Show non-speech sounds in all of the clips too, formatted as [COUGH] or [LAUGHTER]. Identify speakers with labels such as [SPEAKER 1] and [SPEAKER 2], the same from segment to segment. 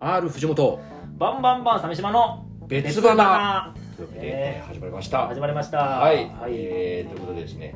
[SPEAKER 1] R 藤本
[SPEAKER 2] バンバンバン鮫島の
[SPEAKER 1] 別花
[SPEAKER 2] 花
[SPEAKER 1] というわけで、
[SPEAKER 2] え
[SPEAKER 1] 始まりました
[SPEAKER 2] 始まりました
[SPEAKER 1] はい、
[SPEAKER 2] はい
[SPEAKER 1] えー、ということでですね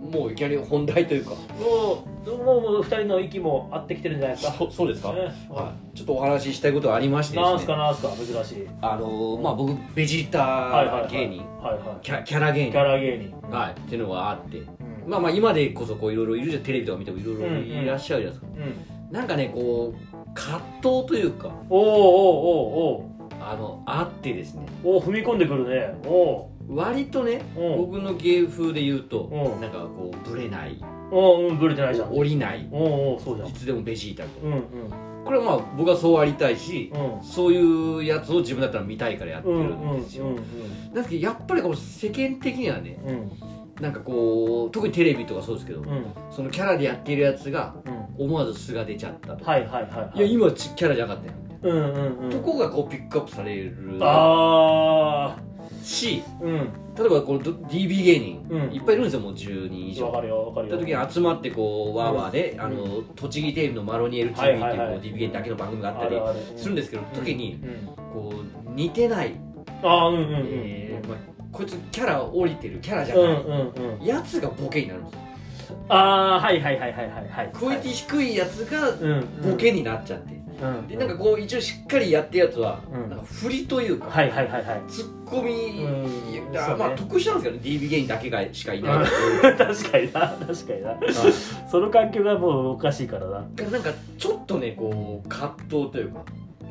[SPEAKER 1] もういきなり本題というか
[SPEAKER 2] もうもうもう二人の息も合ってきてるんじゃないですか
[SPEAKER 1] [LAUGHS] そそうですか、
[SPEAKER 2] ね
[SPEAKER 1] は、
[SPEAKER 2] はい
[SPEAKER 1] ちょっとお話ししたいことがありまし
[SPEAKER 2] い
[SPEAKER 1] て
[SPEAKER 2] なん
[SPEAKER 1] ですす
[SPEAKER 2] か
[SPEAKER 1] ね
[SPEAKER 2] なんすか珍しい
[SPEAKER 1] あのーまあ僕ベジー
[SPEAKER 2] はいはいは
[SPEAKER 1] タ
[SPEAKER 2] い
[SPEAKER 1] 芸人
[SPEAKER 2] はいはい
[SPEAKER 1] キャキャラ芸
[SPEAKER 2] キャ
[SPEAKER 1] 人
[SPEAKER 2] ラ芸人
[SPEAKER 1] はいっていうのがあって
[SPEAKER 2] うん
[SPEAKER 1] まあまあ今でこそこういろいろいるじゃんテレビとか見てもいろいろいらっしゃるじゃないですか、
[SPEAKER 2] うん
[SPEAKER 1] なんかねこう葛藤というか
[SPEAKER 2] おおおうおう
[SPEAKER 1] あのあってですね
[SPEAKER 2] おうおう踏み込んでくるねおう
[SPEAKER 1] 割とね
[SPEAKER 2] おう
[SPEAKER 1] 僕の芸風で言うと
[SPEAKER 2] うん
[SPEAKER 1] なんかこうぶれない
[SPEAKER 2] おううんぶれてないじゃんおう
[SPEAKER 1] 降りない
[SPEAKER 2] おうそうじゃん
[SPEAKER 1] いつでもベジータ
[SPEAKER 2] うん
[SPEAKER 1] これはまあ僕はそうありたいし
[SPEAKER 2] うん
[SPEAKER 1] そういうやつを自分だったら見たいからやって
[SPEAKER 2] うんう
[SPEAKER 1] る
[SPEAKER 2] んうんうん
[SPEAKER 1] んですよなんですけどやっぱりこう世間的にはね
[SPEAKER 2] うんうん
[SPEAKER 1] なんかこう特にテレビとかそうですけど
[SPEAKER 2] うん
[SPEAKER 1] そのキャラでやってるやつが
[SPEAKER 2] うん
[SPEAKER 1] 思わず素が出ちゃったとか
[SPEAKER 2] はいはいはいはい
[SPEAKER 1] いや今ちキャラじゃなかったよ
[SPEAKER 2] うんうんうん
[SPEAKER 1] とこがこうピックアップされる
[SPEAKER 2] あ
[SPEAKER 1] し
[SPEAKER 2] あうん
[SPEAKER 1] 例えばこの DB 芸人
[SPEAKER 2] うん
[SPEAKER 1] いっぱいいるんですよもう10人以上
[SPEAKER 2] わかるよわかる
[SPEAKER 1] 行
[SPEAKER 2] よ
[SPEAKER 1] った時に集まってこうわーわーで、
[SPEAKER 2] うん
[SPEAKER 1] あの栃木テレビのマロニエル TV って,、
[SPEAKER 2] はいいうはいは
[SPEAKER 1] こう
[SPEAKER 2] い
[SPEAKER 1] DBA だけの番組があったり
[SPEAKER 2] あるある
[SPEAKER 1] するんですけど、
[SPEAKER 2] うん
[SPEAKER 1] 時に
[SPEAKER 2] うん
[SPEAKER 1] こう似てない、
[SPEAKER 2] ああうんうんうん
[SPEAKER 1] えーまあ、こいつキャラ降りてるキャラじゃ
[SPEAKER 2] う
[SPEAKER 1] ない、
[SPEAKER 2] んうんうん
[SPEAKER 1] やつがボケになるんですよ
[SPEAKER 2] ああーはいはいはいはいはいはい
[SPEAKER 1] クオリティ低いやつが
[SPEAKER 2] うん
[SPEAKER 1] ボケになっちゃって、
[SPEAKER 2] うん
[SPEAKER 1] でなんかこう一応しっかりやってるやつは、
[SPEAKER 2] うん
[SPEAKER 1] なんか振りというか、
[SPEAKER 2] はいはいはいはい
[SPEAKER 1] ツッコミ、
[SPEAKER 2] うん
[SPEAKER 1] あ
[SPEAKER 2] そうね
[SPEAKER 1] まあ得したんですけどね DB 芸人だけがしかいないんです
[SPEAKER 2] 確かにな確かにな
[SPEAKER 1] けど、はい
[SPEAKER 2] その環境がもうおかしいからな
[SPEAKER 1] [LAUGHS] なんかちょっとねこう葛藤というか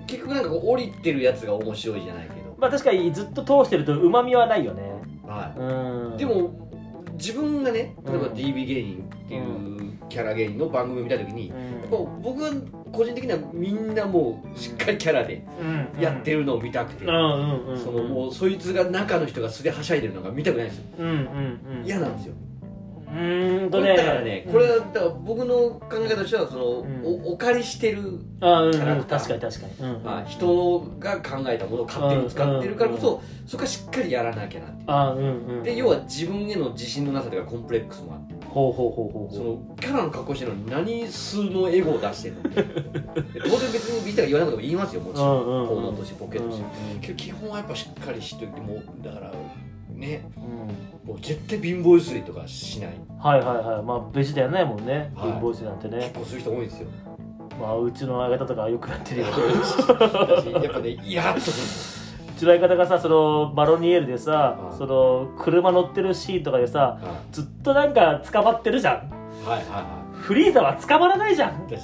[SPEAKER 1] 結局なんかこう降りてるやつが面白いじゃないけど、
[SPEAKER 2] まあ確かにずっと通してるとうまみはないよね
[SPEAKER 1] は
[SPEAKER 2] うん
[SPEAKER 1] い、でも自分がね例えば
[SPEAKER 2] うん
[SPEAKER 1] DB 芸人っていうキャラ芸人の番組見た時に、
[SPEAKER 2] うん
[SPEAKER 1] こう僕は個人的にはみんなもうしっかりキャラで
[SPEAKER 2] うん
[SPEAKER 1] やってるのを見たくて、
[SPEAKER 2] うんうんうん
[SPEAKER 1] そのもうそいつが中の人が素ではしゃいでるのが見たくないんですよ
[SPEAKER 2] うんうんうん
[SPEAKER 1] 嫌なんですよ
[SPEAKER 2] うーん
[SPEAKER 1] だ
[SPEAKER 2] と
[SPEAKER 1] か
[SPEAKER 2] ね
[SPEAKER 1] らねこれはだから僕の考え方としてはその、
[SPEAKER 2] ん
[SPEAKER 1] おお借りしてる
[SPEAKER 2] あうん
[SPEAKER 1] キャラ
[SPEAKER 2] うん
[SPEAKER 1] クター
[SPEAKER 2] 確かに確かにうん
[SPEAKER 1] まあ、人が考えたものを勝手に使ってるからこそそこはしっかりやらなきゃなって
[SPEAKER 2] あうんうん
[SPEAKER 1] で要は自分への自信のなさとかコンプレックスもあって
[SPEAKER 2] ほうほうほうほう
[SPEAKER 1] そ
[SPEAKER 2] ほう
[SPEAKER 1] のキャラの格好してるのに何数のエゴを出して
[SPEAKER 2] [LAUGHS]
[SPEAKER 1] るので当然別にビータが言わなくても言いますよもちろん
[SPEAKER 2] うんうんうん
[SPEAKER 1] 行動としてボケとして
[SPEAKER 2] う
[SPEAKER 1] けど基本はやっぱしっかりしといてもうだからね
[SPEAKER 2] んうん
[SPEAKER 1] もう絶対貧乏ゆすりとかしない
[SPEAKER 2] はいはいはいまあベジタやんないもんね
[SPEAKER 1] はい
[SPEAKER 2] 貧乏性なんて
[SPEAKER 1] 結
[SPEAKER 2] ね
[SPEAKER 1] 構する人多いんです
[SPEAKER 2] [LAUGHS]
[SPEAKER 1] よ
[SPEAKER 2] まあうちの相方とかよくやってるよ
[SPEAKER 1] 私 [LAUGHS] や
[SPEAKER 2] [LAUGHS]
[SPEAKER 1] っぱねイラッとするんです
[SPEAKER 2] うちの相方がさそのマロニエルでさ
[SPEAKER 1] はい
[SPEAKER 2] その車乗ってるシーンとかでさ
[SPEAKER 1] よは
[SPEAKER 2] ずっとなんか捕まってるじゃん
[SPEAKER 1] いはいはいはい
[SPEAKER 2] フリーザは捕まらないじゃん [LAUGHS]
[SPEAKER 1] 私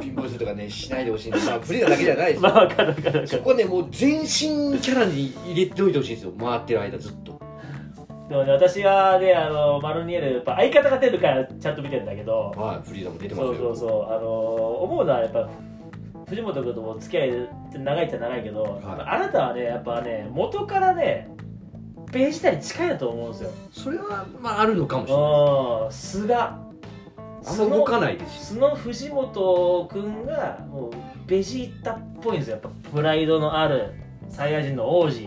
[SPEAKER 1] 貧乏ゆすりとかねしないでほしいんですまあフリーダだけじゃないですよ
[SPEAKER 2] まあわかるわかるわか
[SPEAKER 1] そ
[SPEAKER 2] る
[SPEAKER 1] こはねもう全身キャラに入れておいてほしいんですよ回ってる間ずっと
[SPEAKER 2] でもね私はねあのマロニエルやっぱ相方が出るからちゃんと見てんだけど
[SPEAKER 1] はいフリーダも出てます
[SPEAKER 2] そ
[SPEAKER 1] よ
[SPEAKER 2] うそうそうあのー思うのはやっぱ藤本君とも付き合いって長いっちゃ長いけど、
[SPEAKER 1] はい
[SPEAKER 2] あなたはねやっぱね元からねベジタに近いだと思うんですよ
[SPEAKER 1] それはまああるのかもしれない
[SPEAKER 2] うん素が
[SPEAKER 1] あんま動かないですし
[SPEAKER 2] 素の藤本君がもうベジータっぽいんですよやっぱプライドのあるサイヤ人の王子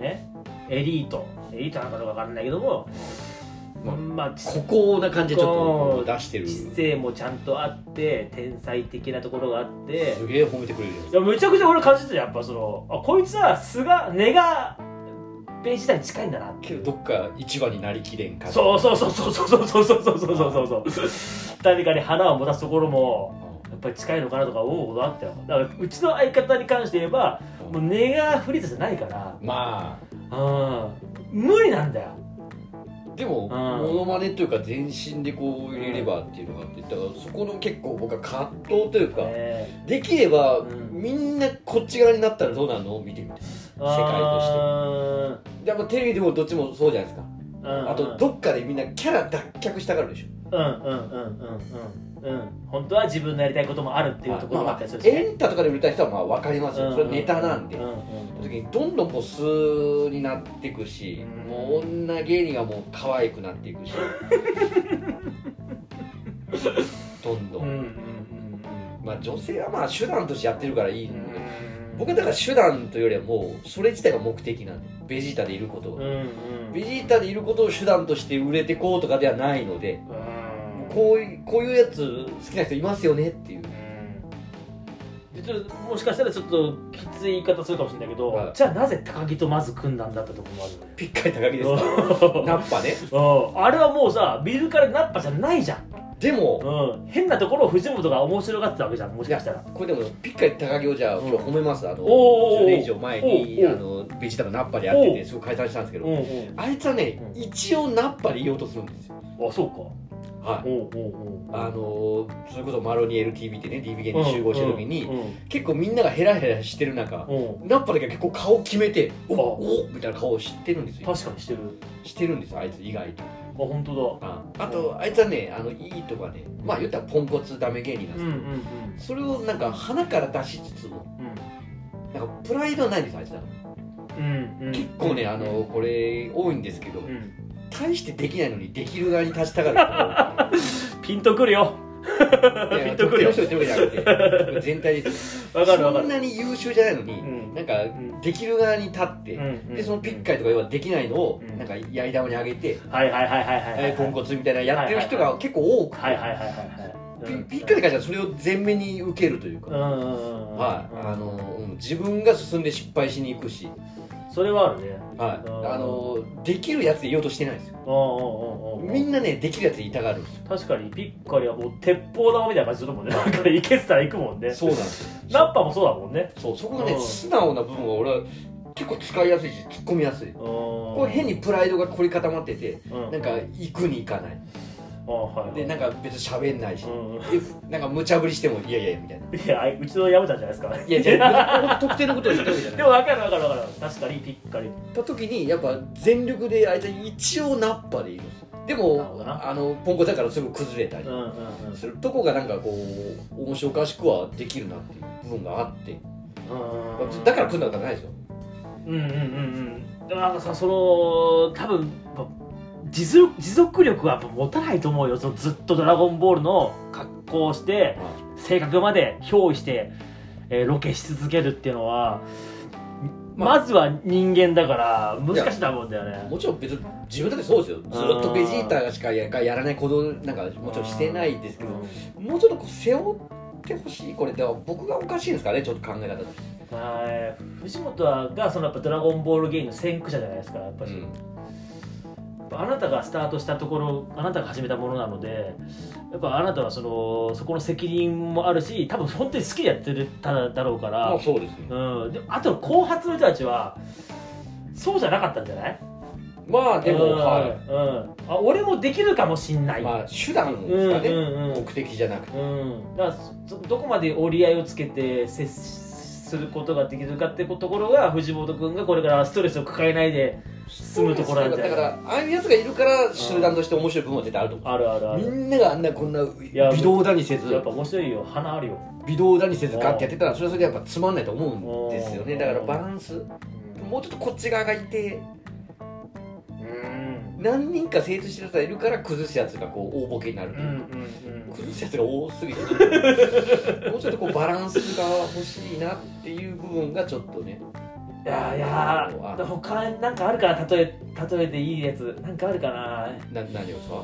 [SPEAKER 2] ねエリートエリートなのかどうかわかんないけども、
[SPEAKER 1] まあ
[SPEAKER 2] まあ
[SPEAKER 1] 孤高な感じでちょっと出してる
[SPEAKER 2] 知
[SPEAKER 1] す
[SPEAKER 2] 性もちゃんとあって天才的なところがあって
[SPEAKER 1] げえ褒めてくれるじゃない
[SPEAKER 2] いやむちゃくちゃ俺感じてたやっぱそのあこいつは素が根がベジタに近いんだなって
[SPEAKER 1] けどどっか一番になりきれん感じ
[SPEAKER 2] そうそうそうそうそうそうそうそうそうそうそうそう誰かに花を持たすところもやっぱり近いのかなとか思うことあったよだからうちの相方に関して言えばもう根がフリーザじゃないから
[SPEAKER 1] ま
[SPEAKER 2] うん無理なんだよ
[SPEAKER 1] あでも
[SPEAKER 2] ん
[SPEAKER 1] モノマネというか全身でこう入れればっていうのがあってだからそこの結構僕は葛藤というか
[SPEAKER 2] ね
[SPEAKER 1] できれば
[SPEAKER 2] うん
[SPEAKER 1] みんなこっち側になったらどうなるのを見てみたい
[SPEAKER 2] 世
[SPEAKER 1] 界としてやっぱテレビでもどっちもそうじゃないですか
[SPEAKER 2] うん
[SPEAKER 1] あとどっかでみんなキャラ脱却したがるでしょ
[SPEAKER 2] うんうんうんうんうんうん本当は自分のやりたいこともあるっていうところもあったりするしね
[SPEAKER 1] エンタとかで売れた人はまあ分かりますよ、それはネタなんで、
[SPEAKER 2] ううん
[SPEAKER 1] その時にどんどんこう素になっていくし、
[SPEAKER 2] うん
[SPEAKER 1] もう女芸人がもう可愛くなってい
[SPEAKER 2] [LAUGHS]
[SPEAKER 1] くしどんどん、
[SPEAKER 2] うんうん
[SPEAKER 1] まあ女性はまあ手段としてやってるからいい
[SPEAKER 2] うんん
[SPEAKER 1] だけど、
[SPEAKER 2] うん
[SPEAKER 1] 僕はだから手段というよりはもうそれ自体が目的なんでベジータでいること
[SPEAKER 2] う
[SPEAKER 1] が、
[SPEAKER 2] んうん
[SPEAKER 1] ベジータでいることを手段として売れてこうとかではないので
[SPEAKER 2] うん
[SPEAKER 1] こういうこういうやつ好きな人いますよねっていう
[SPEAKER 2] うん
[SPEAKER 1] で
[SPEAKER 2] ちょっともしかしたらちょっときつい言い方するかもしれないけど、
[SPEAKER 1] はい
[SPEAKER 2] じゃあなぜ高木とまず組んだんだってところもあるのよ
[SPEAKER 1] ピッカイ高木ですかナッパね
[SPEAKER 2] うんあれはもうさ見るからナッパじゃないじゃん、
[SPEAKER 1] でも
[SPEAKER 2] うん、変なところを藤本が面白がってたわけじゃんもしかしたら
[SPEAKER 1] これでもピッカイ高木をじゃあ今日褒めますあの
[SPEAKER 2] お
[SPEAKER 1] 10
[SPEAKER 2] ー
[SPEAKER 1] 年以上前に
[SPEAKER 2] おー
[SPEAKER 1] あのベジータのナッパでやっててすごい解散したんですけ
[SPEAKER 2] うん
[SPEAKER 1] ど
[SPEAKER 2] う
[SPEAKER 1] あいつはね
[SPEAKER 2] うん
[SPEAKER 1] 一応ナッパで言おうとするんですよ
[SPEAKER 2] んあそうか
[SPEAKER 1] はい
[SPEAKER 2] うんうんうん
[SPEAKER 1] あのーそれこそマロニエル TV ってね TV 芸に集合した時に
[SPEAKER 2] うん
[SPEAKER 1] 結構みんながヘラヘラしてる中
[SPEAKER 2] うんうん
[SPEAKER 1] ナッパだけは結構顔決めてお
[SPEAKER 2] あ
[SPEAKER 1] おみたいな顔を知ってるんですよ
[SPEAKER 2] 確かにしてる
[SPEAKER 1] してるんですあいつ意外と
[SPEAKER 2] あ本当
[SPEAKER 1] ああとあいつはねあのいいとかねまあ言ったらポンコツダメ芸人なん
[SPEAKER 2] だ
[SPEAKER 1] で
[SPEAKER 2] う
[SPEAKER 1] す
[SPEAKER 2] んう
[SPEAKER 1] け
[SPEAKER 2] んう
[SPEAKER 1] ど、それを
[SPEAKER 2] ん
[SPEAKER 1] なんか鼻から出しつつもなんかプライドはないんですあいつだから
[SPEAKER 2] うんうんうん
[SPEAKER 1] 結構ねあのこれ多いんですけど
[SPEAKER 2] うん
[SPEAKER 1] 大してできないのにできる側に立ちたがる
[SPEAKER 2] ピンとくるよ
[SPEAKER 1] 人いや
[SPEAKER 2] [LAUGHS] ピンとくるよ
[SPEAKER 1] 特定の人言ってるわけじゃ
[SPEAKER 2] [LAUGHS]
[SPEAKER 1] なくて全体で
[SPEAKER 2] わかるわか
[SPEAKER 1] そん
[SPEAKER 2] る
[SPEAKER 1] なに優秀じゃないの
[SPEAKER 2] う
[SPEAKER 1] に
[SPEAKER 2] ん
[SPEAKER 1] なんか
[SPEAKER 2] うん
[SPEAKER 1] できる側に立って
[SPEAKER 2] うん
[SPEAKER 1] でそのピッカイとか要はできないのを
[SPEAKER 2] うん
[SPEAKER 1] なんかやり玉に上げて、
[SPEAKER 2] はいはいはいはいはいは
[SPEAKER 1] え
[SPEAKER 2] い
[SPEAKER 1] ーポンコツみたいなやってる人が結構多くて、
[SPEAKER 2] はいはいはいはいはい
[SPEAKER 1] ピピッカイに関してはそれを全面に受けるというか、
[SPEAKER 2] うんうんうんうん
[SPEAKER 1] はいあのうん自分が進んで失敗しに行くし、
[SPEAKER 2] それはあるね
[SPEAKER 1] はい
[SPEAKER 2] うん
[SPEAKER 1] あのできるやつでいようとしてないんですよ
[SPEAKER 2] うんうんうんうん
[SPEAKER 1] みんなねできるやつでいたがるんですよ
[SPEAKER 2] 確かにピッカリはもう鉄砲玉みたいな感じするもんねだから行けてたら行くもんね
[SPEAKER 1] そうなんですよ
[SPEAKER 2] ナッパもそうだもんね
[SPEAKER 1] そうそこがね
[SPEAKER 2] うん
[SPEAKER 1] 素直な部分は俺は結構使いやすいし突っ込みやすいこ
[SPEAKER 2] こ
[SPEAKER 1] う変にプライドが凝り固まってて
[SPEAKER 2] な
[SPEAKER 1] なんか行くに行かない
[SPEAKER 2] あはいはい
[SPEAKER 1] でなんか別に喋んないし、
[SPEAKER 2] うん
[SPEAKER 1] でなんか無茶ぶりしてもいやいやみたいない
[SPEAKER 2] やあいうちの山ちゃんじゃないですか
[SPEAKER 1] いやじ [LAUGHS] ゃあ特定のことを言ってるわけじゃない
[SPEAKER 2] [LAUGHS] でも分かる分かる分かる確かにピッカリ
[SPEAKER 1] った時にやっぱ全力であいつは一応ナッパでいるんですよで
[SPEAKER 2] なるほ
[SPEAKER 1] も
[SPEAKER 2] どな
[SPEAKER 1] あのポンコツだからすぐ崩れたり
[SPEAKER 2] うんうんうん
[SPEAKER 1] するとこがなんかこう面白おかしくはできるなっていう部分があって
[SPEAKER 2] うんうん
[SPEAKER 1] だから組んだことはないですよ
[SPEAKER 2] うんうんうんうんでもなんかさその多分持続持続力はやっぱ持たないと思うよそのずっと「ドラゴンボール」の格好をして性格まで憑依して、えーロケし続けるっていうのは、まずは人間だから難しいと思うんだよね
[SPEAKER 1] もちろん別に自分だってそうですよずっとベジータしかややらない行動なんかもちろんしてないですけどもうちょっとこう背負ってほしいこれでは僕がおかしいんですかねちょっと考え方として
[SPEAKER 2] はい藤本はがそのやっぱドラゴンボールゲームの先駆者じゃないですかやっぱり、やっぱあなたがスタートしたところあなたが始めたものなのでやっぱあなたはそのそこの責任もあるし多分本当に好きでやってるただろうか
[SPEAKER 1] ま
[SPEAKER 2] ら
[SPEAKER 1] あ、そうですね
[SPEAKER 2] うん、であと後発の人たちはそうじゃなかったんじゃない
[SPEAKER 1] まあで
[SPEAKER 2] うん
[SPEAKER 1] もは
[SPEAKER 2] うん、あ俺もできるかもしんないい、
[SPEAKER 1] まあ手段
[SPEAKER 2] うん
[SPEAKER 1] ですか
[SPEAKER 2] う
[SPEAKER 1] ね
[SPEAKER 2] んうん
[SPEAKER 1] 目的じゃなくて
[SPEAKER 2] うん、だからそどこまで折り合いをつけて接することができるかってところが藤本君がこれからストレスを抱えないで済むところなんじゃない
[SPEAKER 1] だからああいうやつがいるから集団として面白い部分は絶対あると思
[SPEAKER 2] あるあるあ
[SPEAKER 1] うみ
[SPEAKER 2] る
[SPEAKER 1] んながあんなこんな
[SPEAKER 2] や
[SPEAKER 1] 微動だにせず
[SPEAKER 2] やっぱ面白いよ花あるよ、
[SPEAKER 1] 微動だにせずガッてやってたらそれはそれでやっぱつまんないと思うんですよ
[SPEAKER 2] う
[SPEAKER 1] ね
[SPEAKER 2] ん
[SPEAKER 1] だからバランスもうちょっとこっち側がいて
[SPEAKER 2] うん
[SPEAKER 1] 何人か生徒してるやつがいるから崩すやつがこう大ボケになる
[SPEAKER 2] うん
[SPEAKER 1] と
[SPEAKER 2] う
[SPEAKER 1] いうんか
[SPEAKER 2] うん
[SPEAKER 1] 崩すやつが多すぎてもうちょっとこうバランスが欲しいなっていう部分がちょっとね
[SPEAKER 2] いやいやー他なんかあるかな例え例えていいやつなんかあるかな
[SPEAKER 1] な何をさ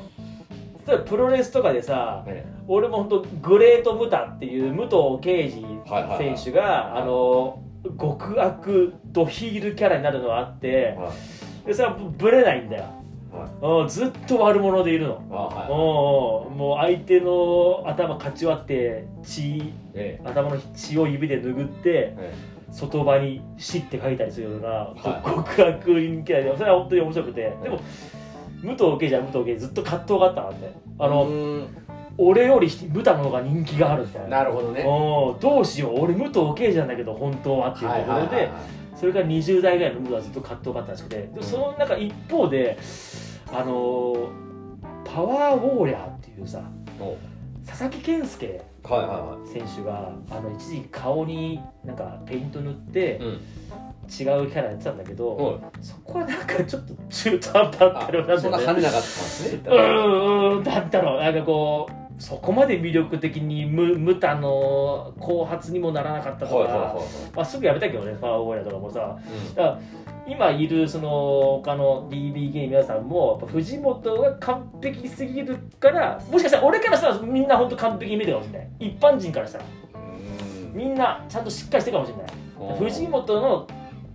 [SPEAKER 2] 例えばプロレスとかでさ
[SPEAKER 1] ね
[SPEAKER 2] 俺も本当グレート・ムタっていう武藤敬司
[SPEAKER 1] はいはいはい
[SPEAKER 2] 選手があの極悪ドヒールキャラになるのはあって
[SPEAKER 1] はい
[SPEAKER 2] でそれはブレないんだよ
[SPEAKER 1] はい
[SPEAKER 2] うんずっと悪者でいるの
[SPEAKER 1] あはい
[SPEAKER 2] うんうんもう相手の頭かち割って血
[SPEAKER 1] え
[SPEAKER 2] 頭の血を指で拭って
[SPEAKER 1] ええ
[SPEAKER 2] 外場に「死」って書いたりするような
[SPEAKER 1] はい
[SPEAKER 2] 極悪人キャラでそれは本当に面白くてでも武藤敬司は武藤敬司ずっと葛藤があったからね
[SPEAKER 1] え
[SPEAKER 2] あの、
[SPEAKER 1] うーん
[SPEAKER 2] 俺より武田の方が人気があるみたいな
[SPEAKER 1] なるほどね
[SPEAKER 2] おーどうしよう俺武藤敬司なんだけど本当はっていうところで、それから20代ぐらいの武藤はずっと葛藤があったらしくてでその中一方であのーパワーウォーリャーっていうさ佐々木健介
[SPEAKER 1] はいは
[SPEAKER 2] 選手があの一時期顔になんかペイント塗って、
[SPEAKER 1] うん
[SPEAKER 2] 違うキャラやってたんだけ
[SPEAKER 1] い
[SPEAKER 2] ど、
[SPEAKER 1] はい
[SPEAKER 2] そこはなんかちょっと中途半端だったよ
[SPEAKER 1] は
[SPEAKER 2] うないん
[SPEAKER 1] そん
[SPEAKER 2] だ
[SPEAKER 1] な
[SPEAKER 2] よね
[SPEAKER 1] 跳ねなかったんですね
[SPEAKER 2] うーんなんだろうなんかこうそこまで魅力的に無無他の後発にもならなかったとか、
[SPEAKER 1] はいはいはいは
[SPEAKER 2] まあ、すぐやめたけどねパワーオーラとかもさ
[SPEAKER 1] いうん
[SPEAKER 2] だから今いるその他の DBK 皆さんもやっぱ藤本が完璧すぎるからもしかしたら俺からしたらみんな本当完璧に見てるかもしれない一般人からしたら
[SPEAKER 1] うーん
[SPEAKER 2] みんなちゃんとしっかりしてるかもしれない藤本の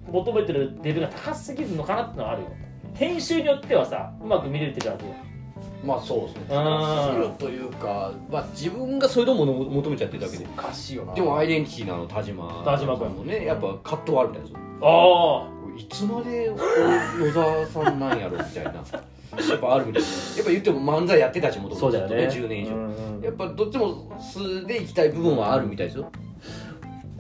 [SPEAKER 2] 求めてるレベルが高すぎるのかなってのはあるよ編集によってはさうまく見れるってだと
[SPEAKER 1] まあそうですね
[SPEAKER 2] うん
[SPEAKER 1] 高すぎるというか、まあ、自分がそういうものを求めちゃってるだけで
[SPEAKER 2] おかしいよな
[SPEAKER 1] でもアイデンティティなの田島
[SPEAKER 2] 田島君
[SPEAKER 1] もねやっぱ葛藤あるみたいですよ
[SPEAKER 2] あ
[SPEAKER 1] いつまで野沢さんなんやろみたいなやっぱあるみたいですやっぱ言っても漫才やってたしもと
[SPEAKER 2] あ
[SPEAKER 1] も
[SPEAKER 2] そうだよね
[SPEAKER 1] 10年以上、
[SPEAKER 2] うん
[SPEAKER 1] やっぱどっちも素でいきたい部分はあるみたいですよ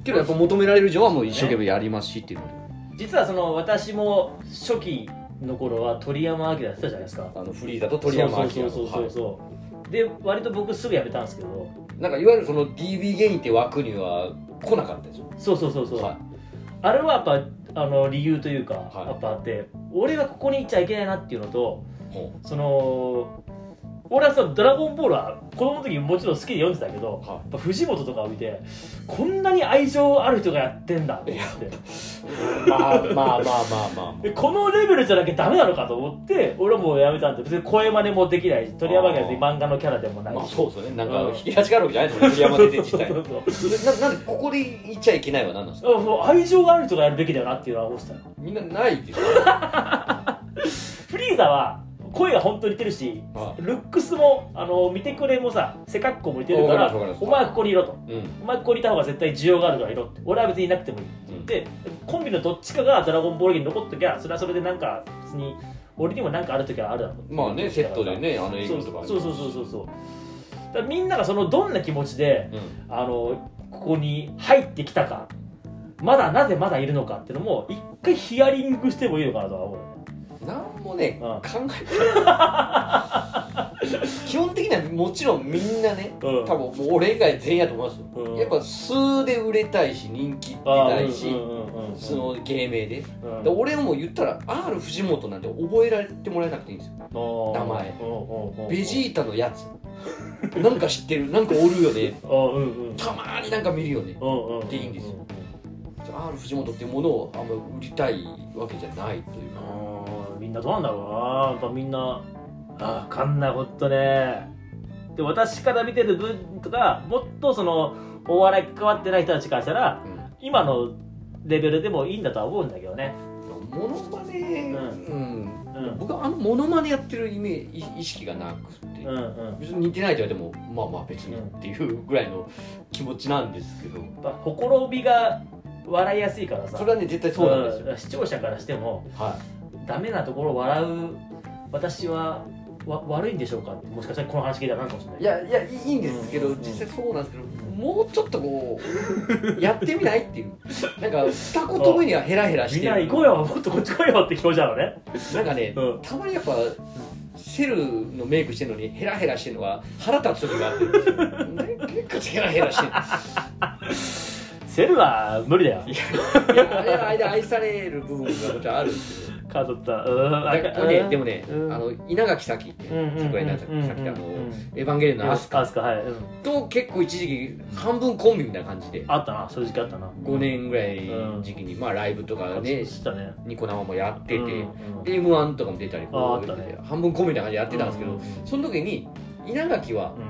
[SPEAKER 1] けどやっぱ求められる以上はもう一生懸命やりますしっていうので
[SPEAKER 2] 実はその私も初期の頃は鳥山明やってたじゃないですか
[SPEAKER 1] あのフリーだと鳥山明
[SPEAKER 2] そうそうそうそうそう、で割と僕すぐ辞めたんですけど
[SPEAKER 1] はいなんかいわゆるその DB 芸人って枠には来なかったですよ
[SPEAKER 2] そうそうそうそう、
[SPEAKER 1] は
[SPEAKER 2] あれはやっぱあの理由というか、
[SPEAKER 1] はい
[SPEAKER 2] やっぱあって俺がここに行っちゃいけないなっていうのと
[SPEAKER 1] いほう
[SPEAKER 2] その俺はさ「ドラゴンボール」は子供の時もちろん好きで読んでたけど
[SPEAKER 1] は
[SPEAKER 2] やっぱ藤本とかを見てこんなに愛情ある人がやってんだと思って
[SPEAKER 1] いまあまあまあまあまあま
[SPEAKER 2] でこのレベルじゃなきゃダメなのかと思って俺はもうやめたんで別に声真似もできないし鳥山が別に漫画のキャラでもな
[SPEAKER 1] あ
[SPEAKER 2] いし、
[SPEAKER 1] まあそうですよねなん
[SPEAKER 2] う
[SPEAKER 1] か
[SPEAKER 2] ん
[SPEAKER 1] 引き出しがあるわけじゃないですもんね鳥山出て自体
[SPEAKER 2] [LAUGHS] そうそう
[SPEAKER 1] ななんでここで言っちゃいけないは何なんです [LAUGHS] か
[SPEAKER 2] そうもう愛情がある人がやるべきだよなっていうのは思ってたの
[SPEAKER 1] みんなないっていう [LAUGHS]
[SPEAKER 2] フリーザは声が本当に似てるし
[SPEAKER 1] は
[SPEAKER 2] ルックスもあの見てくれもさ背格好も似てるから
[SPEAKER 1] わかりますわかります
[SPEAKER 2] お前はここにいろと
[SPEAKER 1] いうん
[SPEAKER 2] お前ここにいた方が絶対需要があるからいろって俺は別にいなくてもいいって言って、コンビのどっちかが「ドラゴンボール」に残っときゃそれはそれでなんか別に俺にもなんかある時はあるだろう
[SPEAKER 1] まあねセットでねあの映
[SPEAKER 2] そ
[SPEAKER 1] 画
[SPEAKER 2] う
[SPEAKER 1] とか
[SPEAKER 2] そうそうそうそうそうだからみんながそのどんな気持ちで
[SPEAKER 1] うん
[SPEAKER 2] あのここに入ってきたかまだなぜまだいるのかっていうのも一回ヒアリングしてもいいのかなとは思うよね
[SPEAKER 1] なんもね
[SPEAKER 2] うん
[SPEAKER 1] 考えてない基本的にはもちろんみんなね
[SPEAKER 2] う
[SPEAKER 1] 多
[SPEAKER 2] ん
[SPEAKER 1] 分もう俺以外全員やと思いますよ
[SPEAKER 2] うん
[SPEAKER 1] やっぱ数で売れたいし人気出たいし
[SPEAKER 2] うんうんうんうん
[SPEAKER 1] その芸名で
[SPEAKER 2] うん
[SPEAKER 1] で俺はもう言ったら R 藤本なんて覚えられてもらえなくていいんですよ名前ベジータのやつなんか知ってるなんかおるよね
[SPEAKER 2] あーうんうん
[SPEAKER 1] たまーになんか見るよね
[SPEAKER 2] うんうん
[SPEAKER 1] っていいんですよ R 藤本っていうものをあんまり売りたいわけじゃないという
[SPEAKER 2] あ
[SPEAKER 1] か
[SPEAKER 2] ーみんなどうなんだろうなやっぱみんなあー分かんないほんとねで私から見てる分とかもっとそのお笑い関わってない人たちからしたら
[SPEAKER 1] うん
[SPEAKER 2] 今のレベルでもいいんだとは思うんだけどね
[SPEAKER 1] モノマネ、
[SPEAKER 2] う
[SPEAKER 1] うんん
[SPEAKER 2] うん
[SPEAKER 1] 僕はあのモノマネやってるイメージ意識がなくて、
[SPEAKER 2] うんうん
[SPEAKER 1] 別に似てないとはでもまあまあ別にっていうぐらいの気持ちなんですけど
[SPEAKER 2] やっぱほころびが笑いやすいからさ
[SPEAKER 1] それはね絶対そうなんですよ、
[SPEAKER 2] うん視聴者からしても
[SPEAKER 1] は
[SPEAKER 2] ダメなところを笑う私はわ悪いんでしょうかってもしかしたらこの話聞いたらなんかもしれない
[SPEAKER 1] い、いやいやいいんですけど、
[SPEAKER 2] うん
[SPEAKER 1] 実際そうなんですけどもうちょっとこうやってみないっていうなんか二言目にはヘラヘラし
[SPEAKER 2] みん
[SPEAKER 1] て
[SPEAKER 2] な行こ
[SPEAKER 1] う
[SPEAKER 2] うよもっとこっち来いよって気持ちなのね
[SPEAKER 1] なんかね
[SPEAKER 2] うん
[SPEAKER 1] たまにやっぱセルのメイクしてるのにヘラヘラしてるのが腹立つ時が
[SPEAKER 2] [LAUGHS]
[SPEAKER 1] あってね結構ヘラヘラしてる
[SPEAKER 2] セルは無理だよ
[SPEAKER 1] いやあれはあれで愛される部分がもちろんあるんですけど
[SPEAKER 2] カードったうん
[SPEAKER 1] だからこれねでもね、
[SPEAKER 2] うん
[SPEAKER 1] あの稲垣咲って
[SPEAKER 2] うんうんうん
[SPEAKER 1] 桜井夏樹さっきあの
[SPEAKER 2] うん
[SPEAKER 1] エヴァンゲリオンの
[SPEAKER 2] ア
[SPEAKER 1] ア
[SPEAKER 2] ス
[SPEAKER 1] ス
[SPEAKER 2] カ
[SPEAKER 1] カ
[SPEAKER 2] アスカはい、うん、
[SPEAKER 1] と結構一時期半分コンビみたいな感じで
[SPEAKER 2] あったな正直あったな
[SPEAKER 1] 5年ぐらいの時期にまあライブとかね
[SPEAKER 2] 知ったね
[SPEAKER 1] ニコ生もやってて、
[SPEAKER 2] うんうん
[SPEAKER 1] で m 1とかも出たり
[SPEAKER 2] ああ
[SPEAKER 1] こ
[SPEAKER 2] った
[SPEAKER 1] う、
[SPEAKER 2] ね
[SPEAKER 1] 半分コンビみたいな感じでやってたんですけど、
[SPEAKER 2] うん
[SPEAKER 1] その時に稲垣は
[SPEAKER 2] う、ん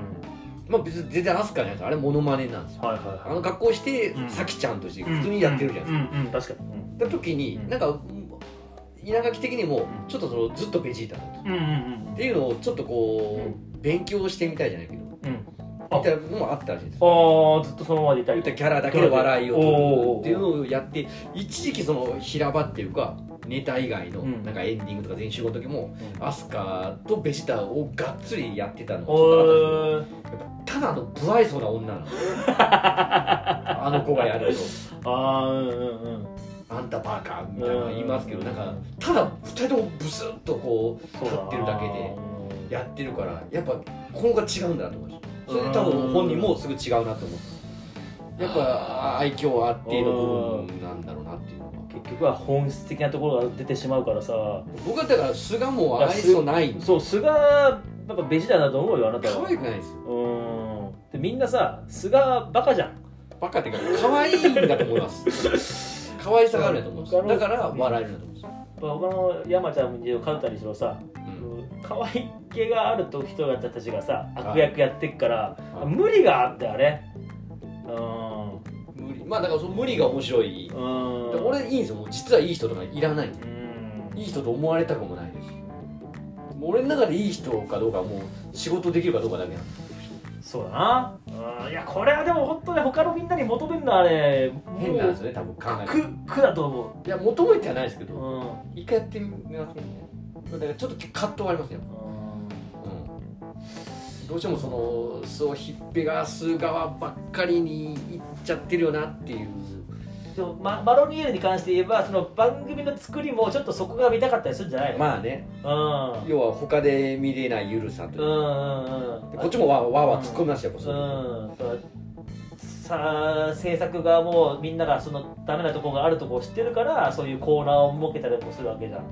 [SPEAKER 1] まあ、別に全然アスカじゃないですあれモノマネなんですよ
[SPEAKER 2] はいはいはい
[SPEAKER 1] あの格好して
[SPEAKER 2] うん
[SPEAKER 1] 咲、ちゃんとして普通にやってるじゃないですか、
[SPEAKER 2] うんうんうん確かにうん
[SPEAKER 1] った時に、
[SPEAKER 2] うん
[SPEAKER 1] なんか稲垣的にも
[SPEAKER 2] うん
[SPEAKER 1] ちょっとそのずっとベジータだとっ
[SPEAKER 2] うんうん
[SPEAKER 1] ていうのをちょっとこう、
[SPEAKER 2] う
[SPEAKER 1] 勉強してみたいじゃないけどみ
[SPEAKER 2] うんうんあ
[SPEAKER 1] たいなのもあったらしいんですよ
[SPEAKER 2] ああずっとそのままでいた
[SPEAKER 1] 言
[SPEAKER 2] い
[SPEAKER 1] ったらキャラだけで笑いを取
[SPEAKER 2] おー
[SPEAKER 1] るっていうのをやって一時期その平場っていうかネタ以外の
[SPEAKER 2] うん
[SPEAKER 1] なんかエンディングとか全集合の時も、
[SPEAKER 2] うん
[SPEAKER 1] アスカとベジータをがっつりやってたのがちょっとあったんです
[SPEAKER 2] おー
[SPEAKER 1] けどやっぱただの不愛想な女
[SPEAKER 2] [LAUGHS]
[SPEAKER 1] なのあの子がやると
[SPEAKER 2] あーうんうんうん
[SPEAKER 1] あんたバカみたいなの言いますけど
[SPEAKER 2] うん
[SPEAKER 1] なんかただ2人ともブスッとこう
[SPEAKER 2] そう
[SPEAKER 1] 立
[SPEAKER 2] だな
[SPEAKER 1] ってるだけでやってるからやっぱ今後が違うんだなと思うしそれで多
[SPEAKER 2] うん
[SPEAKER 1] 分本人もすぐ違うなと思うやっぱ愛嬌あっての部分なんだろうなっていうのは
[SPEAKER 2] 結局は本質的なところが出てしまうからさ
[SPEAKER 1] 僕はだから素がもう愛想ないんです
[SPEAKER 2] そう菅やっぱベジータだと思うよあなたは
[SPEAKER 1] 可愛くないですよ
[SPEAKER 2] うーんでみんなさ菅バカじゃん [LAUGHS]
[SPEAKER 1] バカっていうか可愛いんだと思います可愛さがあるんだと思い
[SPEAKER 2] うん
[SPEAKER 1] ますだから笑えるんだと思います
[SPEAKER 2] やっぱ他の山ちゃんに勝ったりしろさ、
[SPEAKER 1] うん
[SPEAKER 2] 可愛い系があると人たちがさ悪役やってっから、
[SPEAKER 1] はい
[SPEAKER 2] 無理があったよねうん
[SPEAKER 1] まあだからその無理が面白い、
[SPEAKER 2] うん
[SPEAKER 1] で俺いいんですよもう実はいい人とかいらないんで
[SPEAKER 2] うん
[SPEAKER 1] いい人と思われたくもないですもう俺の中でいい人かどうかはもう仕事できるかどうかだけなんで
[SPEAKER 2] そうだなうんいやこれはでも本当ね他のみんなに求めるのはね
[SPEAKER 1] 変なんです
[SPEAKER 2] よ
[SPEAKER 1] よね多分考え
[SPEAKER 2] 苦苦だと思
[SPEAKER 1] いや求めてはないですけ
[SPEAKER 2] う
[SPEAKER 1] ど
[SPEAKER 2] うん
[SPEAKER 1] 一回やってみませんねだからちょっと葛藤はありますようんどうしてもそのそうひっぺがす側ばっかりにいっちゃってるよなっていう
[SPEAKER 2] でもママロニエルに関して言えばその番組の作りもちょっとそこが見たかったりするんじゃないの、
[SPEAKER 1] まあね
[SPEAKER 2] うん
[SPEAKER 1] 要は他で見れないゆるさという
[SPEAKER 2] う
[SPEAKER 1] か
[SPEAKER 2] んうんうん
[SPEAKER 1] こっちもわーわーわー突っ込みましたよやっぱそういうとこ
[SPEAKER 2] うんそうさあ制作側もみんながそのダメなところがあるところを知ってるからそういうコーナーを設けたりもするわけじゃん
[SPEAKER 1] は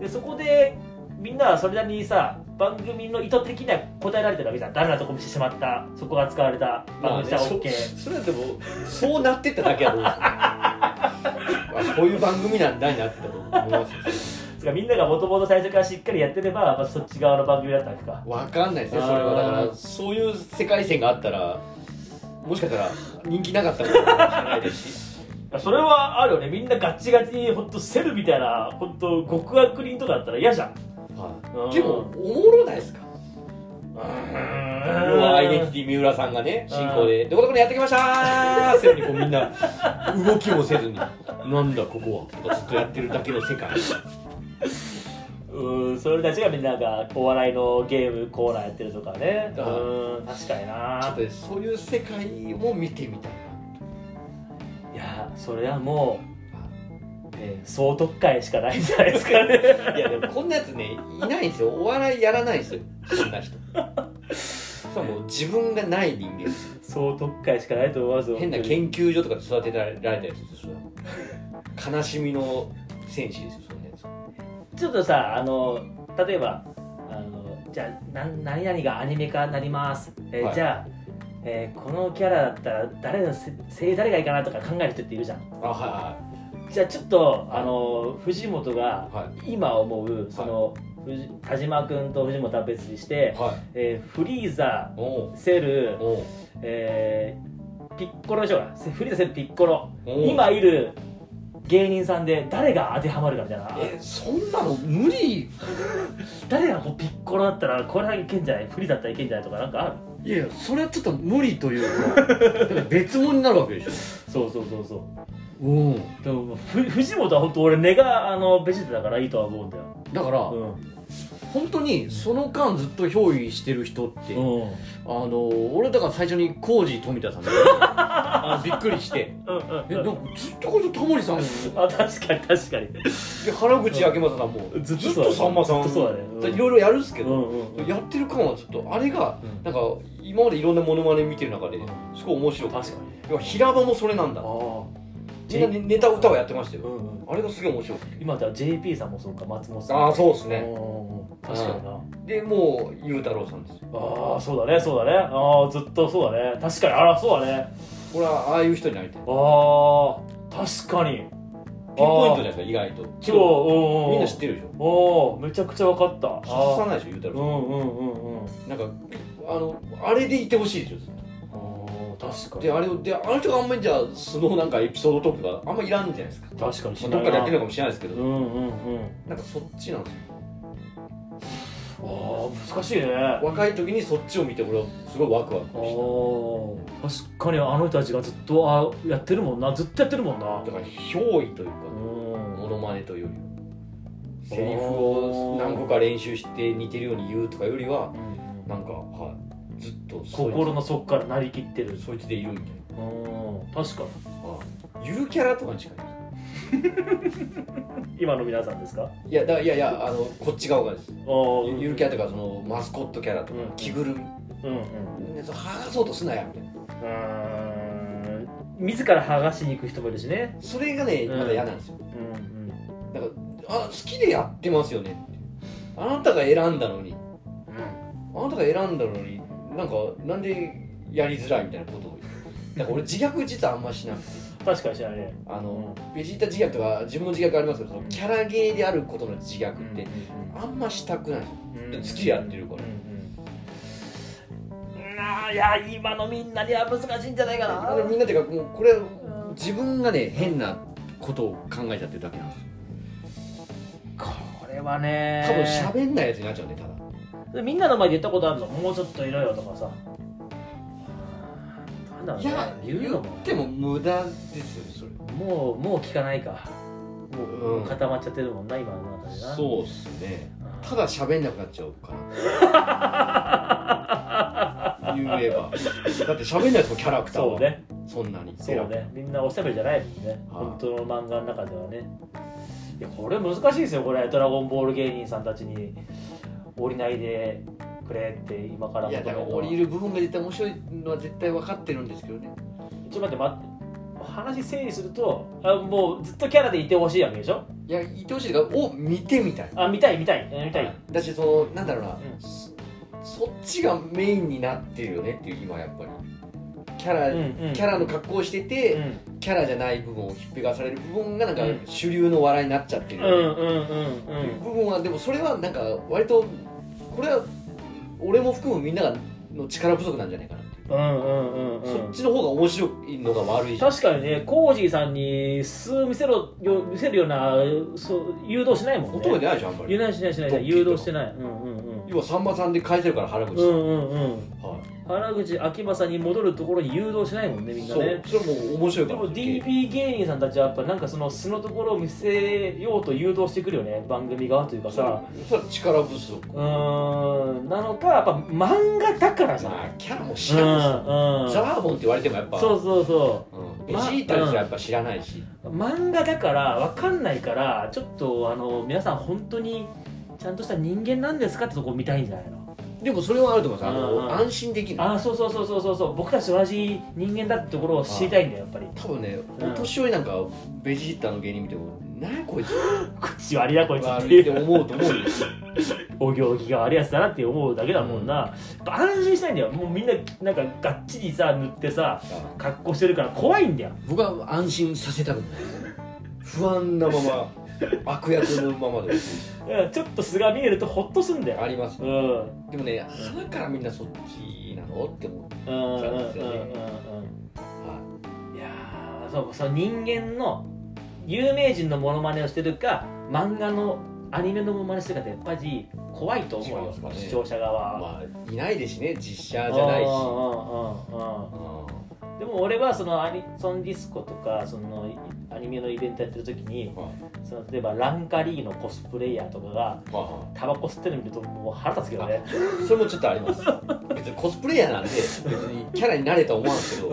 [SPEAKER 2] でそこでみんなはそれなりにさ番組の意図的には答えられてるわけじゃんダメなとこ見してしまったそこが使われた
[SPEAKER 1] い
[SPEAKER 2] 番組したら OK、
[SPEAKER 1] そそれはでもそうなってっただけだと思うん [LAUGHS] ですよあこういう番組なんだになってたと思いますよ
[SPEAKER 2] つうかみんながもともと最初からしっかりやってれば、まあ、そっち側の番組だったわけか
[SPEAKER 1] わかんないですねそれはだ
[SPEAKER 2] あ
[SPEAKER 1] か
[SPEAKER 2] ー
[SPEAKER 1] らそういう世界線があったらもしかしたら人気なかったかもしれないですし
[SPEAKER 2] それはあるよねみんなガッチガチに本当セルみたいな本当極悪人とかだったら嫌じゃん
[SPEAKER 1] は
[SPEAKER 2] うん
[SPEAKER 1] い、でもおもろないですか要はアイデンティティ三浦さんがね進行で「どこどこにやってきましたー!」ってこうみんな動きもせずに「なんだここは」とかずっとやってるだけの世界
[SPEAKER 2] うんそれたちがみんながお笑いのゲームコーナーやってるとかね
[SPEAKER 1] あ
[SPEAKER 2] うん確かに
[SPEAKER 1] ちょっ
[SPEAKER 2] な
[SPEAKER 1] とそういう世界も見てみたい
[SPEAKER 2] いやそれはもう、ね、総特会しかないんじゃないですかね
[SPEAKER 1] [LAUGHS] ないやでもこんなやつねいないんですよお笑いやらないんですよそんな人そうもう自分がない人間です
[SPEAKER 2] 総特会しかないと思いますよ
[SPEAKER 1] 変な
[SPEAKER 2] 本当に
[SPEAKER 1] 研究所とかで育てられたりする人ですよ悲しみの戦士ですよそんなやつ
[SPEAKER 2] ちょっとさあの例えばあのじゃあな何々がアニメ化になります、えー
[SPEAKER 1] はい
[SPEAKER 2] じゃあ、えーこのキャラだったら誰のせ声優誰がいいかなとか考える人っているじゃん
[SPEAKER 1] あは
[SPEAKER 2] じゃあちょっとあの藤本が
[SPEAKER 1] いは
[SPEAKER 2] 今思うその、藤田島君と藤本は別にして、
[SPEAKER 1] いはい
[SPEAKER 2] えーフリーザ
[SPEAKER 1] おう
[SPEAKER 2] セル、
[SPEAKER 1] おう
[SPEAKER 2] えーピッコロでしょうかせフリーザセルピッコロ
[SPEAKER 1] おう
[SPEAKER 2] 今いる芸人さんで誰が当てはまるかみたいな
[SPEAKER 1] えそんなの無理
[SPEAKER 2] 誰がこうピッコロだったらこれはいけんじゃないフリーだったらいけんじゃないとかなんかある
[SPEAKER 1] いやいやそれはちょっと無理というか [LAUGHS] だから別物になるわけでし
[SPEAKER 2] そうそうそうそ
[SPEAKER 1] ょうん
[SPEAKER 2] うでもふ藤本は本当俺根があのベジータだからいいとは思うんだよ
[SPEAKER 1] だから、
[SPEAKER 2] うん、
[SPEAKER 1] 本当にその間ずっと憑依してる人って、あ
[SPEAKER 2] うん
[SPEAKER 1] の俺だから最初にコージ富田さんで [LAUGHS] あのびっくりして
[SPEAKER 2] うん
[SPEAKER 1] え
[SPEAKER 2] う
[SPEAKER 1] なん
[SPEAKER 2] ん
[SPEAKER 1] かずっとこれタモリさんで
[SPEAKER 2] [LAUGHS] あ確かに確かに
[SPEAKER 1] 原口あけまささんも
[SPEAKER 2] ず
[SPEAKER 1] ず
[SPEAKER 2] っ
[SPEAKER 1] っ
[SPEAKER 2] とそう
[SPEAKER 1] とさんまさん
[SPEAKER 2] ずっとそうだねうん
[SPEAKER 1] いろいろやるんですけ
[SPEAKER 2] う
[SPEAKER 1] ど、
[SPEAKER 2] んうんうん
[SPEAKER 1] やってる感はちょっとあれが
[SPEAKER 2] うん
[SPEAKER 1] なんか今までいろんなモノマネ見てる中で
[SPEAKER 2] うん
[SPEAKER 1] すごい面白かった
[SPEAKER 2] 確かに
[SPEAKER 1] 要は平場もそれなんだ
[SPEAKER 2] あ
[SPEAKER 1] みんなねネタ歌はやってましたよ
[SPEAKER 2] うんうん
[SPEAKER 1] あれがすげえ面白い
[SPEAKER 2] 今だったら JP さんもそうか松本さん
[SPEAKER 1] ああそうです
[SPEAKER 2] うん
[SPEAKER 1] ね
[SPEAKER 2] うんうん確かにな
[SPEAKER 1] でもうゆうたろうさんですよ
[SPEAKER 2] ああそうだねそうだねああずっとそうだね確かにあらそうだね
[SPEAKER 1] 俺はああいう人になりたいピン
[SPEAKER 2] ああ確かに
[SPEAKER 1] ポイントじゃないですか意外と
[SPEAKER 2] 今日うんうん
[SPEAKER 1] みんな知ってるでしょ
[SPEAKER 2] おおめちゃくちゃ分かったあ
[SPEAKER 1] 外さ
[SPEAKER 2] ー
[SPEAKER 1] ないでしょゆうた
[SPEAKER 2] う
[SPEAKER 1] ろ
[SPEAKER 2] んうんうんうん
[SPEAKER 1] うさんなんかあのあれでいてほしいでしょずっと
[SPEAKER 2] おー確か
[SPEAKER 1] であれをであの人があんまりじゃあ素のなんかエピソードトークがあんまりいらんじゃないですか
[SPEAKER 2] 確かに
[SPEAKER 1] まあどっかでやってるのかもしれないですけ
[SPEAKER 2] う
[SPEAKER 1] ど
[SPEAKER 2] んうんうん
[SPEAKER 1] なんかそっちなんですよ
[SPEAKER 2] あー難しいねあ
[SPEAKER 1] 若い時にそっちを見て俺はすごいワクワクし
[SPEAKER 2] ー確かにあの人たちがずっとあーやってるもんなずっとやってるもんな
[SPEAKER 1] ただから憑依というか
[SPEAKER 2] うん
[SPEAKER 1] モノマネというよりはセリフを何個か練習して似てるように言うとかよりはなんか、はい、ずっとそう
[SPEAKER 2] 心の底からなりきってる
[SPEAKER 1] そいつでいるみたい
[SPEAKER 2] うん確かに
[SPEAKER 1] な、ゆるキャラとかに近い
[SPEAKER 2] 今の皆さんですか
[SPEAKER 1] いやだいやいやあのこっち側がです
[SPEAKER 2] あ
[SPEAKER 1] ゆ
[SPEAKER 2] ー
[SPEAKER 1] ゆるキャラとかそのマスコットキャラとか、
[SPEAKER 2] うん
[SPEAKER 1] 着ぐるみ
[SPEAKER 2] うんうん
[SPEAKER 1] ねそう剥がそうとすなやみたいな
[SPEAKER 2] うーん自ら剥がしに行く人もいるしね
[SPEAKER 1] それがね
[SPEAKER 2] うん
[SPEAKER 1] まだ嫌なんですよ、
[SPEAKER 2] うんうん
[SPEAKER 1] だからあ好きでやってますよねってあなたが選んだのにあなたが選んだのになんかなんでやりづらいみたいなことを言うだから俺自虐実はあんましなくて
[SPEAKER 2] 確かにしないね
[SPEAKER 1] あの、ベジータ自虐とか自分の自虐ありますけどそのキャラゲーであることの自虐って、あんましたくない好きでやってるから
[SPEAKER 2] うんうんいや今のみんなには難しいんじゃないか
[SPEAKER 1] あの
[SPEAKER 2] な
[SPEAKER 1] みんなっていうかもうこれ自分がね変なことを考えちゃってるだけなんですよ
[SPEAKER 2] これはね
[SPEAKER 1] 多分喋んないやつになっちゃうねただ
[SPEAKER 2] みんなの前で言ったことあるのもうちょっといろよとかさなんだろう
[SPEAKER 1] い
[SPEAKER 2] ね
[SPEAKER 1] や
[SPEAKER 2] 言
[SPEAKER 1] 言
[SPEAKER 2] うのも
[SPEAKER 1] っても無駄ですよねそれ
[SPEAKER 2] もうもう聞かないかもう,、
[SPEAKER 1] うん
[SPEAKER 2] 固まっちゃってるもんな今の中でな
[SPEAKER 1] そうっすね
[SPEAKER 2] うん
[SPEAKER 1] ただ喋んなくなっちゃうから
[SPEAKER 2] [LAUGHS]
[SPEAKER 1] 言えばだって喋んないですもんキャラクター
[SPEAKER 2] そ
[SPEAKER 1] は
[SPEAKER 2] うね
[SPEAKER 1] そんなに
[SPEAKER 2] そうねみんなおしゃべりじゃないもんね
[SPEAKER 1] はい
[SPEAKER 2] 本当の漫画の中ではねいやこれ難しいですよこれ「ドラゴンボール」芸人さんたちに降りないでくれって今から
[SPEAKER 1] いやだから降り
[SPEAKER 2] る
[SPEAKER 1] る部分が絶対面白いのは絶対分かってるんですけどね
[SPEAKER 2] ちょっと待って待って話整理するとあもうずっとキャラでいてほしいわけでしょ
[SPEAKER 1] いや言ってほしいからお見てみたい
[SPEAKER 2] あ見たい見たい見たい、
[SPEAKER 1] だしそのなんだろうな、
[SPEAKER 2] うん
[SPEAKER 1] そそっちがメインになってるよねっていう今やっぱりキャラ、
[SPEAKER 2] うんうん
[SPEAKER 1] キャラの格好をしてて、
[SPEAKER 2] うん
[SPEAKER 1] キャラじゃない部分を引っぺがされる部分がなんか
[SPEAKER 2] うん
[SPEAKER 1] 主流の笑いになっちゃってる
[SPEAKER 2] う
[SPEAKER 1] よね
[SPEAKER 2] んうんうんう
[SPEAKER 1] 部分はでもそれはなんか割とこれは俺も含むみんながの力不足なんじゃないかなっていう、
[SPEAKER 2] んうんうんう
[SPEAKER 1] そっ
[SPEAKER 2] ん
[SPEAKER 1] ちの方が面白いのが悪いじゃん
[SPEAKER 2] 確かにねコージーさんに素見せろよ見せるようなそう誘導しないもんね
[SPEAKER 1] 求めてないじゃんあんま
[SPEAKER 2] い
[SPEAKER 1] り
[SPEAKER 2] ないしないしないしない
[SPEAKER 1] ドッキリと
[SPEAKER 2] 誘導してないうんうんうん
[SPEAKER 1] 要はさんまさんで返せるから腹口
[SPEAKER 2] う
[SPEAKER 1] さん、
[SPEAKER 2] んうんうん
[SPEAKER 1] は
[SPEAKER 2] 原口あきまさに戻るところに誘導しないもんね
[SPEAKER 1] い、
[SPEAKER 2] みんな
[SPEAKER 1] そ
[SPEAKER 2] ね
[SPEAKER 1] うそれも面白い
[SPEAKER 2] で
[SPEAKER 1] から
[SPEAKER 2] も DB 芸人さんたちはやっぱなんかその素のところを見せようと誘導してくるよね番組側というか
[SPEAKER 1] それ
[SPEAKER 2] さ
[SPEAKER 1] それは力不足
[SPEAKER 2] うーんなのかやっぱ漫画だからじゃ
[SPEAKER 1] ま
[SPEAKER 2] な
[SPEAKER 1] あ
[SPEAKER 2] い
[SPEAKER 1] キャラも知
[SPEAKER 2] う
[SPEAKER 1] らないし、
[SPEAKER 2] んうん
[SPEAKER 1] ザーボンって言われてもやっぱ
[SPEAKER 2] そうそうそう
[SPEAKER 1] うん、ベジ
[SPEAKER 2] ま
[SPEAKER 1] ータですらやっぱ知らないし、
[SPEAKER 2] 漫画だから分かんないからちょっとあの皆さん本当にちゃんとした人間なんですかってとこ見たいんじゃないの
[SPEAKER 1] でもそれはあると思いますあ
[SPEAKER 2] うんうん
[SPEAKER 1] の安心できる
[SPEAKER 2] ああそうそうそうそうそうそう僕たち同じ人間だってところを知りたいんだよやっぱり
[SPEAKER 1] 多分ね
[SPEAKER 2] うん
[SPEAKER 1] お年寄りなんかベジータの芸人見ても「なあこいつ
[SPEAKER 2] 口悪いなこいつっ
[SPEAKER 1] 悪
[SPEAKER 2] て
[SPEAKER 1] い」
[SPEAKER 2] い
[SPEAKER 1] って
[SPEAKER 2] う
[SPEAKER 1] 思うと思うんですよ
[SPEAKER 2] お行儀が悪いやつだなって思うだけだもんな、やっぱ安心したいんだよもうみんななんかがっちりさ塗ってさ格好してるから怖いんだよ
[SPEAKER 1] 僕は安心させたくない不安なまま悪役のままで
[SPEAKER 2] だからちょっと素が見えるとホッとすんだよ
[SPEAKER 1] あります
[SPEAKER 2] うんうん
[SPEAKER 1] でもね鼻からみんなそっちなのって思う、
[SPEAKER 2] うんうんうん
[SPEAKER 1] そうですよね
[SPEAKER 2] うん
[SPEAKER 1] はい
[SPEAKER 2] やーそうその人間の有名人のモノマネをしてるか漫画のアニメのモノマネしてるかってやっぱり怖いと思う
[SPEAKER 1] 違いま
[SPEAKER 2] よ、
[SPEAKER 1] すかね
[SPEAKER 2] 視聴者
[SPEAKER 1] い、
[SPEAKER 2] 側は、
[SPEAKER 1] まあいないですしね実写じゃないし
[SPEAKER 2] うんうんうんうん
[SPEAKER 1] う
[SPEAKER 2] でも俺はそのアニソンディスコとかそのアニメのイベントやってる時に
[SPEAKER 1] んはい
[SPEAKER 2] その例えばランカリーのコスプレイヤーとかが
[SPEAKER 1] はい
[SPEAKER 2] タバコ吸ってるの見るともう腹立つけどね
[SPEAKER 1] それもちょっとあります別にコスプレイヤーなんで別にキャラになれとは思わんですけど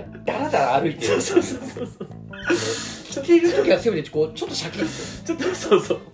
[SPEAKER 1] なんかダラダラ歩いて
[SPEAKER 2] そう
[SPEAKER 1] る
[SPEAKER 2] そうそうそうそう
[SPEAKER 1] 着てる時はせめてこうちょっとシャキッ
[SPEAKER 2] ちょっとそうそう [LAUGHS]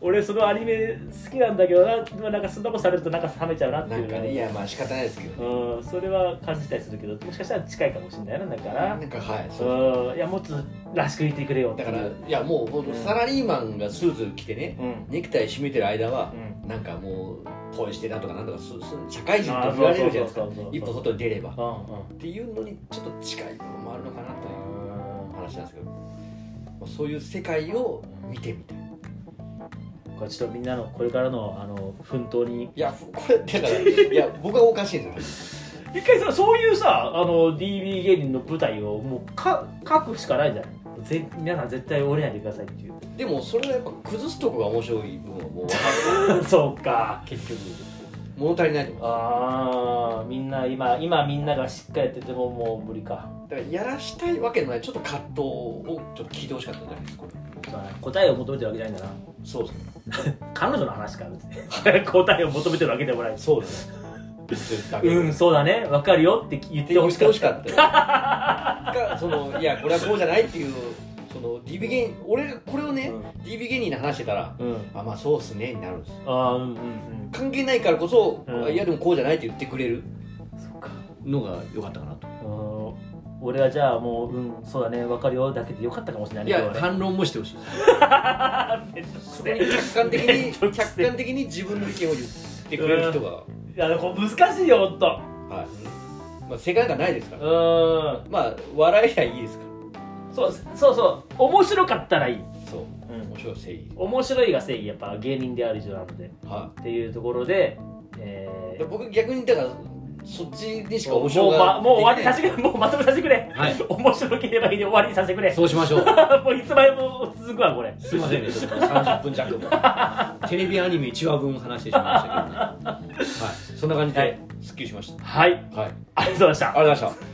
[SPEAKER 2] 俺そのアニメ好きなんだけどなでもなんかそんなことされるとなんか冷めちゃうな
[SPEAKER 1] と
[SPEAKER 2] って
[SPEAKER 1] ない
[SPEAKER 2] うん
[SPEAKER 1] かねいやまあ仕方ないですけどね
[SPEAKER 2] うん、それは感じたりするけどもしかしたら近いかもしれないなだから
[SPEAKER 1] なんかはいそう
[SPEAKER 2] うんいやもっとらしくいてくれよって
[SPEAKER 1] だ
[SPEAKER 2] いう
[SPEAKER 1] からいやもうほんとサラリーマンがスーツ着てね
[SPEAKER 2] うんうん
[SPEAKER 1] ネクタイ締めてる間はなんかもうポイしてだとかなんとかすす社会人
[SPEAKER 2] あ
[SPEAKER 1] と
[SPEAKER 2] ー
[SPEAKER 1] 言われるじゃないですか
[SPEAKER 2] そうそうそうそう
[SPEAKER 1] 一歩外に出ればっ
[SPEAKER 2] うんうん
[SPEAKER 1] ていうのにちょっと近い部分もあるのかなという話なんですけどまあそういう世界を見てみたい
[SPEAKER 2] これちょっとみんなのこれからのあの奮闘に
[SPEAKER 1] いやふこれだ
[SPEAKER 2] [LAUGHS]
[SPEAKER 1] からいや僕はおかしいんですよ
[SPEAKER 2] 一回さそういうさあの DB 芸人の舞台をもうか書くしかないんじゃないぜ皆さん絶対降りないでくださいっていう
[SPEAKER 1] でもそれはやっぱ崩すとこが面白い部分はもう分か
[SPEAKER 2] [LAUGHS] そうか
[SPEAKER 1] る結局物足りないと思う
[SPEAKER 2] ああみんな今今みんながしっかりやっててももう無理か
[SPEAKER 1] だからやらしたいわけのないちょっと葛藤をちょっと聞いてほしかったんじゃないですかこれ
[SPEAKER 2] そうだね答えを求めてるわけじゃないんだな
[SPEAKER 1] そうですね
[SPEAKER 2] 彼女の話か別に [LAUGHS] 答えを求めてるわけでもないし
[SPEAKER 1] そうですねそれだけ
[SPEAKER 2] うんそうだねわかるよって言って
[SPEAKER 1] 言
[SPEAKER 2] ほ
[SPEAKER 1] っ
[SPEAKER 2] してかっ
[SPEAKER 1] ほ
[SPEAKER 2] た
[SPEAKER 1] しか [LAUGHS] ったかそのいやこれはこうじゃないっていうその DB 芸人俺がこれをね、DB 芸人に話してたら
[SPEAKER 2] うん、
[SPEAKER 1] あまあそうっすねになるんです
[SPEAKER 2] ああうんうんうん
[SPEAKER 1] 関係ないからこそ、
[SPEAKER 2] うん
[SPEAKER 1] いやでもこうじゃないって言ってくれる
[SPEAKER 2] そっか
[SPEAKER 1] のが良かったかなと
[SPEAKER 2] うん俺はじゃあもううんそうだねわかるよだけでよかったかもしれない
[SPEAKER 1] い
[SPEAKER 2] ね
[SPEAKER 1] や
[SPEAKER 2] 今日はね
[SPEAKER 1] 反論もしてほしい
[SPEAKER 2] めんどく
[SPEAKER 1] そ
[SPEAKER 2] せ
[SPEAKER 1] こ
[SPEAKER 2] え
[SPEAKER 1] に客観的
[SPEAKER 2] め
[SPEAKER 1] [LAUGHS] に
[SPEAKER 2] んどくせえ
[SPEAKER 1] 客観的に自分の意見を言ってくれる人が、
[SPEAKER 2] [LAUGHS] いやこれ難しいよほんと
[SPEAKER 1] はいまあ、正解なんかないですから、
[SPEAKER 2] うん
[SPEAKER 1] まあ笑いりゃいいですから
[SPEAKER 2] そうそうそう面白かったらいい、
[SPEAKER 1] そう面白い正義
[SPEAKER 2] 面白いが正義やっぱ芸人である以上なので
[SPEAKER 1] は
[SPEAKER 2] っていうところでえ
[SPEAKER 1] いで
[SPEAKER 2] ー
[SPEAKER 1] 僕逆にだから
[SPEAKER 3] そっちでしか面
[SPEAKER 2] もうも
[SPEAKER 3] 白
[SPEAKER 2] う,、
[SPEAKER 3] が
[SPEAKER 2] もう終わり
[SPEAKER 3] で
[SPEAKER 2] に
[SPEAKER 3] き
[SPEAKER 2] さ
[SPEAKER 3] ない
[SPEAKER 2] せてくれもうまとめさせてくれ、
[SPEAKER 1] はい
[SPEAKER 2] 面白ければいいで終わりにさせてくれ
[SPEAKER 1] そうしましょう。
[SPEAKER 2] [LAUGHS] もういつまでも続くわこれ
[SPEAKER 1] すいませんね、ちょっと30分弱も。テレビアニメ1話分話してしまいましたけどね。はい、そんな感じ
[SPEAKER 2] はい
[SPEAKER 1] で、すっきりしまし
[SPEAKER 2] [LAUGHS] はい
[SPEAKER 1] た。はい、
[SPEAKER 2] ありがとうございました
[SPEAKER 1] ありがとうございました。